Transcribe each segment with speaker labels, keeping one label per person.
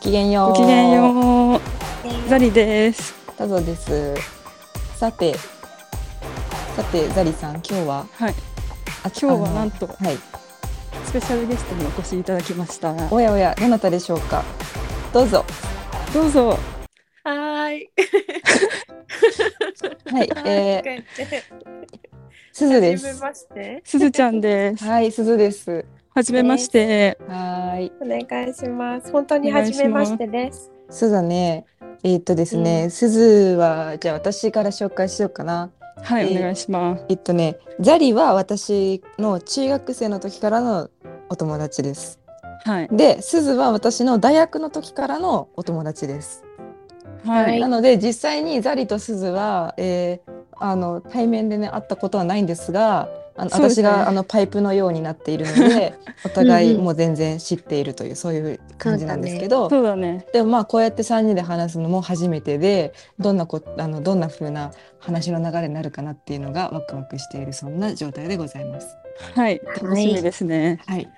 Speaker 1: きげんよう。
Speaker 2: ごきげんよう。ザリです。
Speaker 1: タゾです。さて、さてザリさん今日は
Speaker 2: はい、
Speaker 1: あ
Speaker 2: 今日
Speaker 1: あ
Speaker 2: は
Speaker 1: の
Speaker 2: なんと
Speaker 1: はい。
Speaker 2: スペシャルゲストにお越しいただきました。
Speaker 1: おやおやどなたでしょうか。どう ぞ。
Speaker 2: どうぞ。
Speaker 3: はーい。
Speaker 1: はい。えー、
Speaker 3: ー、
Speaker 1: すずで
Speaker 3: 初め
Speaker 1: す。
Speaker 3: まして。
Speaker 2: すずちゃんです。
Speaker 1: はい、すずです。
Speaker 2: はじめまして。
Speaker 1: はーい。
Speaker 3: お願いします。本当に初めましてです。
Speaker 1: すずだね。えーっとですね、すずはじゃあ私から紹介しようかな。
Speaker 2: はい、
Speaker 1: えー
Speaker 2: お願いします。
Speaker 1: えっとね、ザリは私の中学生の時からのお友達です。
Speaker 2: はい。
Speaker 1: で、すずは私の大学の時からのお友達です。
Speaker 2: は
Speaker 3: はい
Speaker 2: い。
Speaker 1: なので実際にザリとスズは、えーあの対面でね会ったことはないんですがあの
Speaker 2: そうです
Speaker 1: 私
Speaker 2: ね
Speaker 1: があのパイプのようになっているの でお互い
Speaker 3: うんうん
Speaker 1: もう全然知っているというそういう感じなんですけど、
Speaker 2: そうだね。
Speaker 1: でもまあこうやって3人で話すのも初めてでどんなこあのどんな風な話の流れになるかなっていうのがワクワクしているそんな状態でございます。
Speaker 2: はい、楽しみですね。
Speaker 1: はい、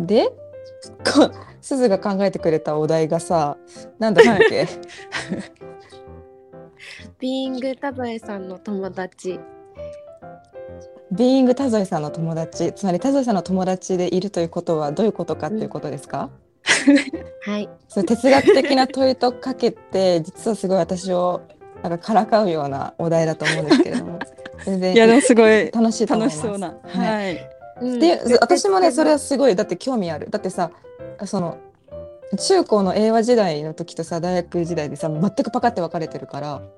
Speaker 1: でこすずが考えてくれたお題がさなんだったっけ、
Speaker 3: ビーイングタバエさんの友達。
Speaker 1: ビーイング田添さんの友達つまり田添さんの友達でいるということはどういうことかっていうことですか、
Speaker 3: はい。
Speaker 1: その哲学的な問いとかけて実はすごい私をなんかからかうようなお題だと思うんですけれども全
Speaker 2: いや、で
Speaker 1: 然
Speaker 2: もすごい
Speaker 1: 楽しいと思いま
Speaker 2: 楽し
Speaker 1: す
Speaker 2: そうな。
Speaker 1: はい
Speaker 2: はい。
Speaker 3: うん
Speaker 1: で私もねそれはすごいだって興味あるだってさその中高の英和時代の時とさ大学時代でさ全くパカって分かれてるから、
Speaker 2: うん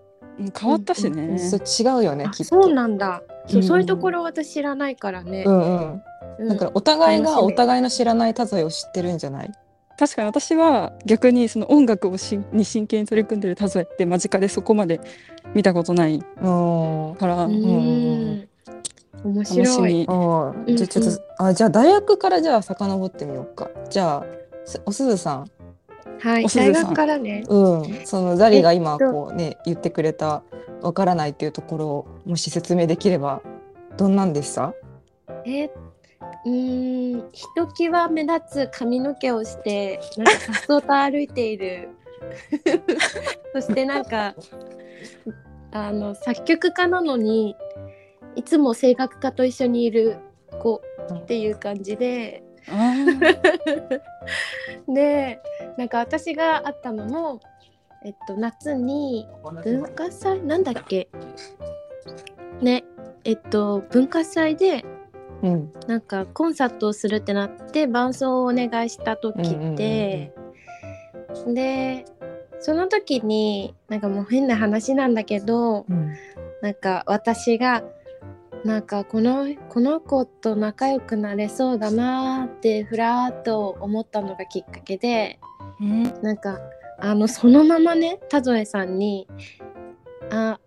Speaker 2: 変わったしね。
Speaker 1: そう違うよね
Speaker 3: あ
Speaker 1: きっと
Speaker 3: そうなんだ。そうう、
Speaker 1: ん
Speaker 3: そういうところ私知らないからね
Speaker 1: う。んうん
Speaker 3: うん
Speaker 1: だからお互い
Speaker 3: 楽
Speaker 1: が
Speaker 3: しみ
Speaker 1: お互いの知らない田添を知ってるんじゃない
Speaker 2: 確かに私は逆にその音楽をしに真剣に取り組んでる田添って間近でそこまで見たことない
Speaker 1: うん
Speaker 2: から、
Speaker 3: うーん。面
Speaker 2: 楽し
Speaker 3: 白い。
Speaker 2: み。
Speaker 1: ああ、じゃあちょっと、
Speaker 3: うん
Speaker 1: あじゃあ大学からじゃあ遡ってみようか。じゃあすおすずさん、
Speaker 3: はい。
Speaker 2: おすずさん
Speaker 3: 大学からね。
Speaker 1: うん、そのザリが今
Speaker 3: えっと
Speaker 1: こうね言ってくれたわからないっていうところをもし説明できればどんなんでした？
Speaker 3: えーうーんひときわ目立つ髪の毛をしてなんかさっそうと歩いている そしてなんかあの作曲家なのにいつも声楽家と一緒にいる子っていう感じで
Speaker 2: あー
Speaker 3: でなんか私が会ったのも、えっと、夏に文化祭なんだっけねえっと文化祭で
Speaker 1: うん、
Speaker 3: なんかコンサートをするってなって伴奏をお願いした時で、でその時になんかもう変な話なんだけど
Speaker 1: うん、
Speaker 3: なんか私がなんかこのこの子と仲良くなれそうだなーってふらーっと思ったのがきっかけで
Speaker 2: うん
Speaker 3: なんかあのそのままね田添さんに「あ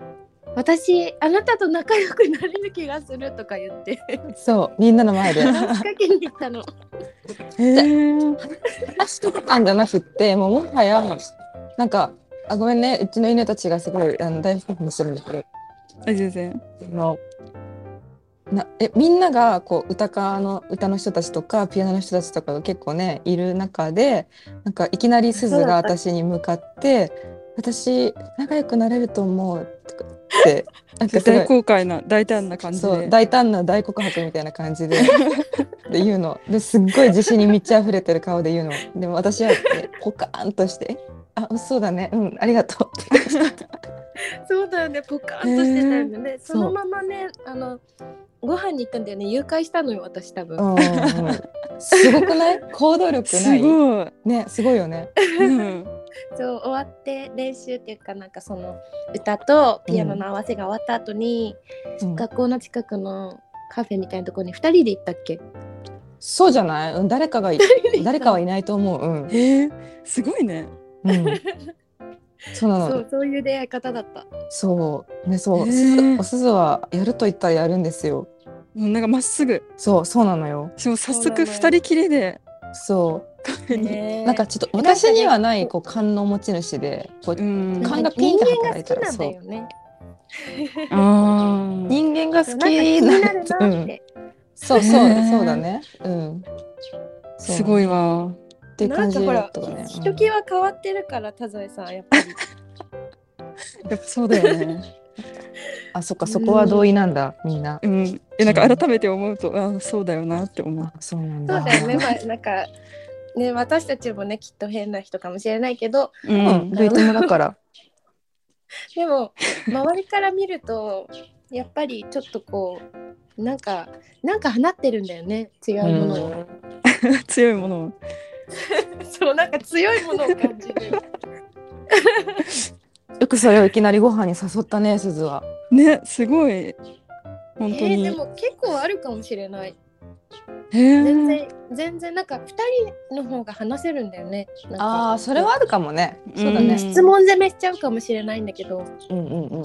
Speaker 3: 私あなたと仲良くなれる気がする」とか言って
Speaker 1: そうみんなの前で。
Speaker 3: 話しかけに行ったの。
Speaker 2: へー
Speaker 1: 話とかんじゃなくってもうもはやなんかあごめんねうちの犬たちがすごいあの大興奮してるんだけど
Speaker 2: あ全然。
Speaker 1: そのなえみんながこう歌家の歌の人たちとかピアノの人たちとかが結構ねいる中でなんかいきなりすずが私に向かって「私仲良くなれると思う」とか ってなんかすごい
Speaker 2: 大公開な大胆な感じ
Speaker 1: そう
Speaker 2: で。
Speaker 1: 大胆な大告白みたいな感 じでで言うのですっごい自信に満ち溢れてる顔で言うのでも私は、ね、ポカーンとして「あそうだねうんありがとう」
Speaker 3: そうだよね、ポカーンとしてたよね。で
Speaker 1: そ
Speaker 3: そうのままね、あのご飯に行ったんだよね。誘拐したのよ、私多分。
Speaker 1: うんうんうん すごくない行動力な
Speaker 2: す
Speaker 1: い
Speaker 2: ごい。
Speaker 1: ねすごいよね。
Speaker 2: うん、
Speaker 3: そう終わって練習っていうかなんかその歌とピアノの合わせが終わった後に、
Speaker 1: うん
Speaker 3: 学校の近くのカフェみたいなところに2人で行ったっけ？
Speaker 1: そうじゃない、うん、誰かがい
Speaker 3: いた
Speaker 1: 誰かはいないと思う、うん
Speaker 2: えー、すごいね。
Speaker 1: うん、そうなの
Speaker 3: そ
Speaker 1: そう
Speaker 3: うそういう出会い方 だった。
Speaker 1: ねそう、
Speaker 2: へ
Speaker 1: す
Speaker 2: ー
Speaker 1: ずおすずはやると言ったらやるんですよ
Speaker 2: もうなんかまっすぐ。
Speaker 1: そうそうなのよ
Speaker 2: しかも早
Speaker 3: そうだ
Speaker 2: 速
Speaker 3: ね
Speaker 2: 二人きりで。
Speaker 1: そ
Speaker 3: ね
Speaker 1: うなんかちょっと私にはないこう感の持ち主でこう
Speaker 2: うん。
Speaker 1: 感
Speaker 3: なん
Speaker 1: が
Speaker 3: か
Speaker 1: ピン
Speaker 3: 人
Speaker 1: って
Speaker 3: 間が
Speaker 1: 働いたら
Speaker 3: 好きなん
Speaker 1: そ
Speaker 3: だ
Speaker 1: う
Speaker 3: よね。
Speaker 2: ああ。
Speaker 1: 人間が
Speaker 3: そ
Speaker 1: 好
Speaker 3: うなんか気
Speaker 1: き
Speaker 3: に
Speaker 1: な
Speaker 3: なるな
Speaker 1: う
Speaker 3: っ
Speaker 1: ん
Speaker 3: て。
Speaker 1: そうそう
Speaker 2: へー
Speaker 1: そうだねうんそう
Speaker 2: すごいわ。
Speaker 1: っていう感じだったか
Speaker 3: なん
Speaker 1: ね
Speaker 3: か。ひときわ変わってるから田添さんやっぱり
Speaker 2: やっぱそうだよね。
Speaker 1: あ、そっか、そこは同意なんだ、みんな。
Speaker 2: うん、えなんか改めて思うと、ああそうだよなって思う
Speaker 1: あ、そうなん
Speaker 3: そ
Speaker 1: だ。
Speaker 3: うだよねまあなんかね私たちもねきっと変な人かもしれないけど
Speaker 1: う
Speaker 2: う、
Speaker 1: んん、類ともだ から。
Speaker 3: でも周りから見るとやっぱりちょっとこうなんかなんか放ってるんだよね違うものを、
Speaker 2: 強いものを
Speaker 3: そうなんか強いものを感じる
Speaker 1: よくそれをいきなりご飯に誘ったね、すずは。
Speaker 2: ねすごい
Speaker 3: え
Speaker 2: 本当
Speaker 3: ー、
Speaker 2: に、
Speaker 3: でも結構あるかもしれない
Speaker 2: へえ
Speaker 3: 全然全然なんか2人の方が話せるんだよねなんか
Speaker 1: ああ、それはあるかもね。そうだ
Speaker 2: うん
Speaker 1: ね。
Speaker 3: 質問攻めしちゃうかもしれないんだけど
Speaker 1: うんうんうん。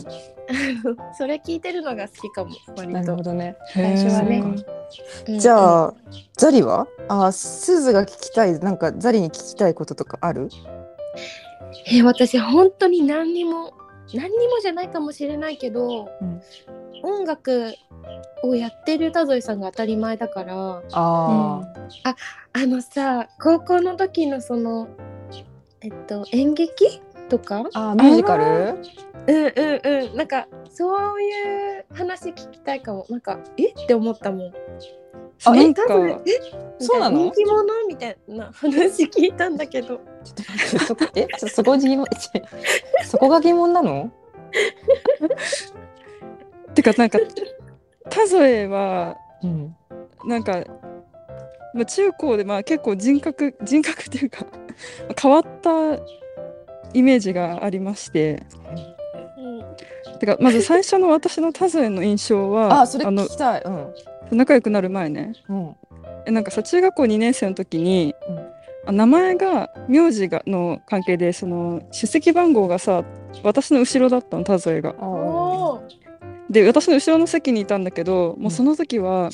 Speaker 3: それ聞いてるのが好きかも割
Speaker 1: なる
Speaker 3: と
Speaker 1: ほどね。
Speaker 2: へえ
Speaker 3: 最初はね
Speaker 1: じゃ
Speaker 3: あ
Speaker 1: あ、ザリはあ、すずが聞きたい、なんかザリに聞きたいこととかある
Speaker 3: えー私本当に何にも何にもじゃないかもしれないけど、
Speaker 1: うん
Speaker 3: 音楽をやってる田添さんが当たり前だから
Speaker 1: あ
Speaker 3: あのさ高校の時のそのえっと演劇とか
Speaker 1: あ、あーミュージカル
Speaker 3: うんうんうんなんかそういう話聞きたいかもなんかえって思ったもん
Speaker 2: そう
Speaker 1: あ
Speaker 2: なん
Speaker 3: 田添
Speaker 2: か
Speaker 3: え
Speaker 1: そうなの
Speaker 3: みたい人気者みたいな話聞いたんだけど
Speaker 1: ちょっと待って、そこ、え、ちょそこ疑問、 ちそこが疑問なの
Speaker 2: てかなんか田添は
Speaker 1: うん。
Speaker 2: なんか、まあ、中高でまあ結構人格 人格っていうか変わったイメージがありましててかまず最初の私の田添の印象は
Speaker 1: あー、それ
Speaker 2: の
Speaker 1: 聞きたい。うん。
Speaker 2: 仲良くなる前ね
Speaker 1: うん。
Speaker 2: えなんかさ中学校2年生の時に、
Speaker 1: うん
Speaker 2: あ名前が名字がの関係でその出席番号がさ私の後ろだったの田添が。
Speaker 1: あー
Speaker 3: おお
Speaker 2: で私の後ろの席にいたんだけど
Speaker 1: う
Speaker 2: も
Speaker 1: ん
Speaker 2: うその時は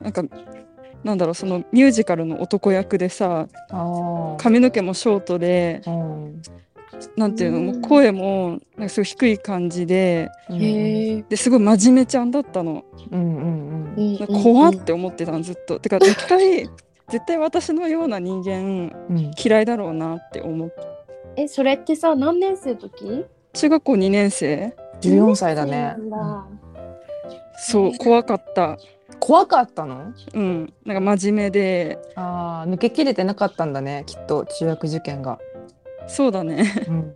Speaker 2: なんかなんだろうそのミュージカルの男役でさ
Speaker 1: あー。
Speaker 2: 髪の毛もショートで
Speaker 1: うん。
Speaker 2: なんていうの
Speaker 3: うん
Speaker 2: もう声もなんかすごい低い感じで
Speaker 1: うん
Speaker 3: へえ
Speaker 2: ですごい真面目ちゃんだったの
Speaker 1: うんうんうん。
Speaker 2: なんか怖って思ってたのずっと。てか絶対絶対私のような人間
Speaker 1: うん。
Speaker 2: 嫌いだろうなって思って
Speaker 3: えそれってさ何年生の時
Speaker 2: 中学校2年生
Speaker 1: 14歳だね。
Speaker 3: そうなんだ
Speaker 2: そう怖かった
Speaker 1: 怖かったの
Speaker 2: うんなんか真面目で
Speaker 1: ああ、抜けきれてなかったんだね、きっと、中学受験が。
Speaker 2: そうだね
Speaker 1: うん、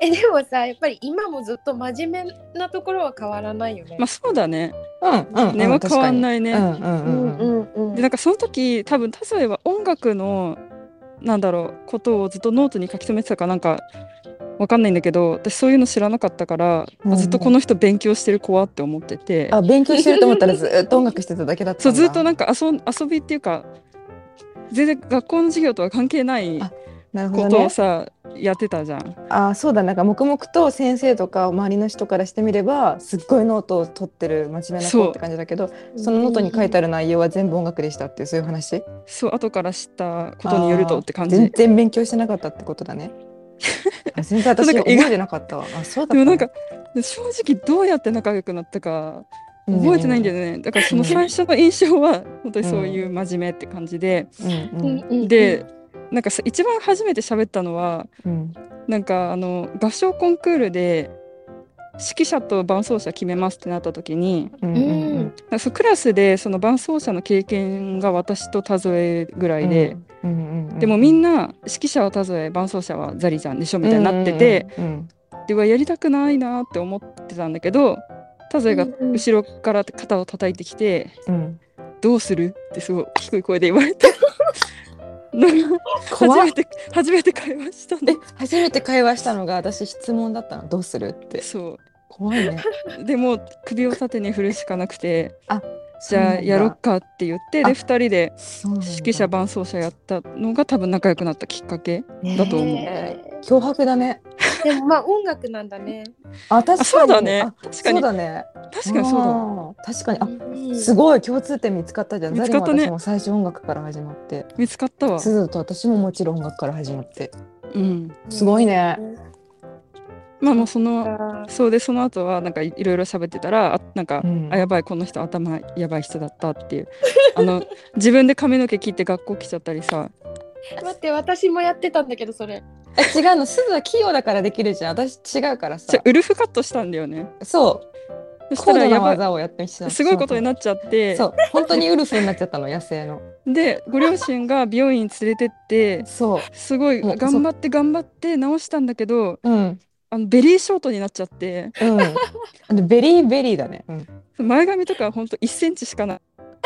Speaker 3: えでもさやっぱり今もずっと真面目なところは変わらないよね。
Speaker 2: まあそうだね
Speaker 1: うん、うん、
Speaker 2: 根は変わんないいね、
Speaker 1: うん、うん、
Speaker 3: う
Speaker 1: うん、うん。
Speaker 3: んうんう
Speaker 2: で
Speaker 3: ん。
Speaker 2: なんかその時多分田添は音楽のなんだろうことをずっとノートに書き留めてたかなんかわかんないんだけど私そういうの知らなかったから、
Speaker 1: うんうん
Speaker 2: ずっとこの人勉強してる子はって思ってて
Speaker 1: あ、勉強してると思ったら、ず っと音楽してただけだったんだ。
Speaker 2: そうずっと
Speaker 1: な。
Speaker 2: なんか遊ん遊びっていうか全然学校の授業とは関係ない
Speaker 1: あるほ
Speaker 2: こ
Speaker 1: ど
Speaker 2: とを
Speaker 1: ね。
Speaker 2: さ、やってたじゃん。
Speaker 1: あ、そうだ、なんか黙々と先生とか周りの人からしてみれば、すっごいノートを取ってる真面目な
Speaker 2: そ
Speaker 1: 子
Speaker 2: う
Speaker 1: って感じだけど、そのノートに書いてあ
Speaker 3: る。
Speaker 1: る内容は全部音楽でしたっていう、そういう話。
Speaker 2: そう後から知ったことによるとって感じ
Speaker 1: 全然勉強してなかったってことだ ね。あ全然私
Speaker 2: そうな
Speaker 1: 覚
Speaker 2: んか意外
Speaker 1: えてなかったわ。あ、そうだった
Speaker 2: でも
Speaker 1: ね
Speaker 2: なんか正直どうやって仲良くなったか覚えてないんだよね、だからその最初の印象は本当にそういう真面目って感じで、
Speaker 1: うん
Speaker 3: うんうんうん
Speaker 2: で、なんかさ一番初めて喋ったのは
Speaker 1: うん
Speaker 2: なんかあの合唱コンクールで指揮者と伴奏者決めますってなった時に
Speaker 1: うんうんうんうん
Speaker 2: なんかそうクラスでその伴奏者の経験が私と田添ぐらいで、
Speaker 1: うんうんうん、
Speaker 2: でもみんな指揮者は田添伴奏者はザリちゃんでしょみたいになってて、
Speaker 1: うんうん
Speaker 2: ではやりたくないなって思ってたんだけど田添が
Speaker 3: うんうん
Speaker 2: 後ろから肩を叩いてきて
Speaker 1: うんうん、
Speaker 2: 「どうする?」ってすごい低い声で言わ れてなんか初
Speaker 1: 怖
Speaker 2: めて初めて会話したん
Speaker 1: え初めて会話したのが私質問だったのどうするって
Speaker 2: そ
Speaker 1: 怖いね
Speaker 2: うでもう首を縦に振るしかなくて
Speaker 1: あ
Speaker 2: じゃあやろっかって言って
Speaker 1: あ
Speaker 2: で2人で
Speaker 1: そうなんだ
Speaker 2: 指揮者伴奏者やったのが多分仲良くなったきっかけだと思う
Speaker 3: へ
Speaker 1: 脅迫だね
Speaker 3: ーでもまあ音楽なんだね。
Speaker 1: あ確かに
Speaker 2: あそうだね
Speaker 1: あ
Speaker 2: 確か
Speaker 1: そう
Speaker 2: に
Speaker 1: だね
Speaker 2: 確かにそうだ
Speaker 1: だ確かにあ
Speaker 3: うん
Speaker 1: すごい共通点見つかったじゃん
Speaker 2: 見つかったね
Speaker 1: ザリも私も最初音楽から始まって
Speaker 2: 見つかったわ
Speaker 1: すずと私ももちろん音楽から始まって
Speaker 2: うん
Speaker 1: すごいね
Speaker 2: まあもうその
Speaker 3: あ
Speaker 2: そうでその後はなんかいいろいろ喋ってたらあなんか、
Speaker 1: うん
Speaker 2: あやばいこの 人頭やばい人だったっていうあの自分で髪の毛切って学校来ちゃったりさ
Speaker 3: 待って私もやってたんだけどそれ
Speaker 1: え違うのすずは器用だからできるじゃん私違うから
Speaker 2: じ
Speaker 1: さ
Speaker 2: ゃウルフカットしたんだよね
Speaker 1: そう
Speaker 2: そした
Speaker 1: 高
Speaker 2: ら
Speaker 1: 度
Speaker 2: や
Speaker 1: な
Speaker 2: ばい
Speaker 1: 技をやってみた
Speaker 2: すごいことに
Speaker 1: っ
Speaker 2: なっちゃって
Speaker 1: そう本当にウルフになっちゃったの野生の
Speaker 2: でご両親が美容院に連れてって
Speaker 1: そ
Speaker 2: すごい
Speaker 1: もう
Speaker 2: 頑張って頑張って直したんだけど
Speaker 1: ううん
Speaker 2: あのベリーショートになっちゃって
Speaker 1: うんでベリーベリーだね、うん、
Speaker 2: 前髪とかほんと1センチしかない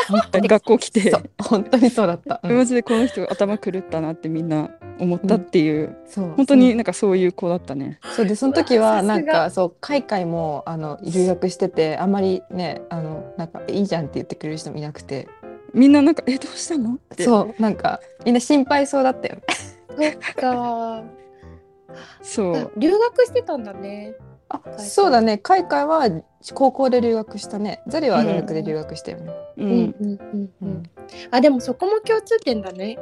Speaker 1: 本当に
Speaker 2: 学校来て
Speaker 1: そう本当にそうだった、うん
Speaker 2: マジでこの人頭狂ったなってみんな思ったっていう、
Speaker 1: そう
Speaker 2: 本当になんかそういう子だったね。
Speaker 1: そうでその時
Speaker 3: さ
Speaker 1: は
Speaker 3: すが
Speaker 1: なんかそう海外もあの留学しててあんまりねあのなんかいいじゃんって言ってくれる人もいなくて
Speaker 2: みんななんか「えどうしたの?」って
Speaker 1: そうなんかみんな心配そうだったよね
Speaker 3: そっか
Speaker 2: そう
Speaker 3: 留学してたんだね
Speaker 1: あ
Speaker 3: 外
Speaker 1: そうだね海外は高校で留学したねザリは大学で留学したよね、
Speaker 2: う、
Speaker 3: うんんうんう
Speaker 1: うん
Speaker 3: うんんあでもそこも共通点だね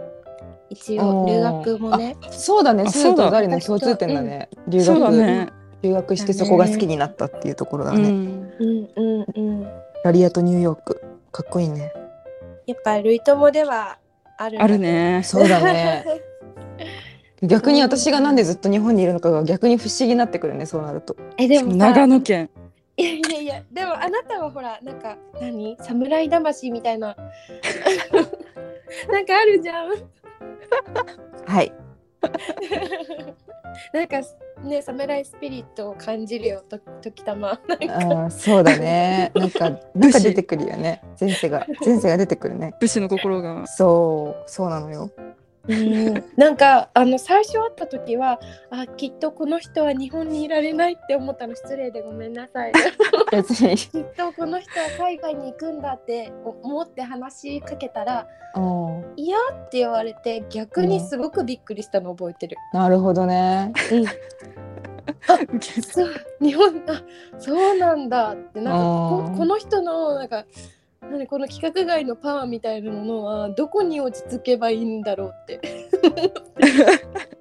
Speaker 3: 一応
Speaker 1: おー
Speaker 3: 留学もね
Speaker 1: そうだね
Speaker 2: あ
Speaker 1: スー
Speaker 2: そう
Speaker 1: と
Speaker 2: だ
Speaker 1: ザリの共通点だね、留学
Speaker 2: そうだね。
Speaker 1: 留学してそこが好きになったっていうところだね
Speaker 2: うん
Speaker 3: うんうんうんや
Speaker 1: ラリアとニューヨークかっこいいね
Speaker 3: っぱ類友ではあるんだ
Speaker 2: あるね。
Speaker 1: そうだね 逆に私がなんでずっと日本にいるのかが逆に不思議になってくるねそうなると
Speaker 3: えでもさ
Speaker 2: 長野県。
Speaker 3: いやいやいやでもあなたはほらなんか何侍魂みたいな なんかあるじゃん
Speaker 1: はい
Speaker 3: なんかね侍スピリットを感じるよと時たまなんか
Speaker 1: あーそうだ ね。なんか、なんか出てくるよね。前世が、前世が出てくるね。
Speaker 2: 武士の心が。
Speaker 1: そう、そうなのよ。
Speaker 3: なんかあの最初会った時はあきっとこの人は日本にいられないって思ったの失礼でごめんなさいき
Speaker 1: 別 に。
Speaker 3: っとこの人は海外に行くんだって思って話しかけたら
Speaker 1: うん、
Speaker 3: 「いや」って言われて逆にすごくびっくりしたの覚えてる。
Speaker 1: なるほどね。
Speaker 3: うんそう日本あそうなんだってなんか
Speaker 1: あ
Speaker 3: こ
Speaker 1: ー
Speaker 3: この人のなんか何この規格外のパワーみたいなものはどこに落ち着けばいいんだろう って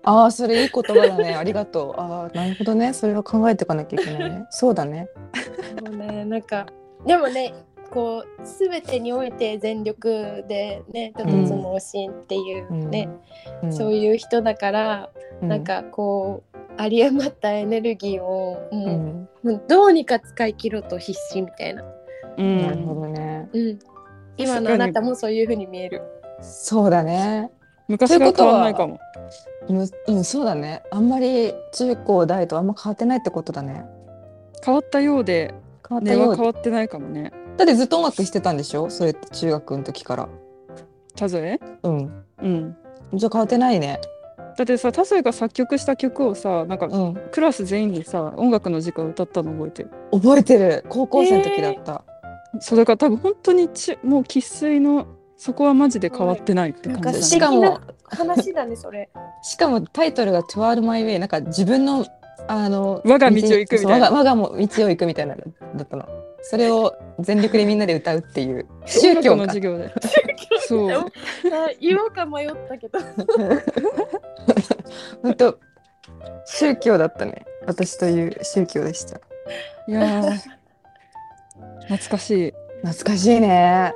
Speaker 1: ああ、それいい言葉だね。ありがとう。ああ、なるほどね。それは考えていかなきゃいけないね。そうだね。
Speaker 3: もうねなんかでもねこう全てにおいて全力でね一つの推しっていうね、
Speaker 1: うん。
Speaker 3: そういう人だから、
Speaker 1: うん
Speaker 3: なん。かこう有り余ったエネルギーを
Speaker 1: う
Speaker 3: も
Speaker 1: ん。
Speaker 3: う,、もうどうにか使い切ろうと必死みたいな、
Speaker 2: うん。
Speaker 1: なるほどね。
Speaker 3: うん、今のあなたもそういう風に見える。
Speaker 1: そうだね。
Speaker 2: 昔が変わんないかも。
Speaker 1: むうん、そうだね。あんまり中高大とあんま変わってないってことだね。
Speaker 2: 変わったようで、
Speaker 1: 変わった
Speaker 2: 根
Speaker 1: よ
Speaker 2: は
Speaker 1: う
Speaker 2: 変わ
Speaker 1: で。
Speaker 2: ってないかもね。
Speaker 1: だってずっと音楽してたんでしょそれって中学の時から。
Speaker 2: 田添
Speaker 1: うん。
Speaker 2: うん。
Speaker 1: じゃあ変わってないね。
Speaker 2: だってさ、田添が作曲した曲をさ、なんか
Speaker 1: うん。
Speaker 2: クラス全員にさ、音楽の時間歌ったの覚えてる。
Speaker 1: 覚えてる高校生の時だった、
Speaker 2: そうだから多分本当にちもう生粋のそこはマジで変わってないって
Speaker 3: なん
Speaker 2: 感
Speaker 3: か
Speaker 2: じ
Speaker 1: し
Speaker 2: だ
Speaker 3: 素
Speaker 2: ね。
Speaker 1: か
Speaker 3: 敵
Speaker 1: も
Speaker 3: な話だねそ れ。
Speaker 1: しかもタイトルが「To All My Way」なんか自分のあの
Speaker 2: 我が道を行くみたいな
Speaker 1: そう我が我がも道を行くみたいなのだったのそれを全力でみんなで歌うっていう宗教
Speaker 2: 音楽の
Speaker 1: か
Speaker 2: 授業で。そう。
Speaker 3: あ言おうか迷ったけど。
Speaker 1: 本当宗教だったね私という宗教でした
Speaker 2: いやー懐かしい。
Speaker 1: 懐かしいね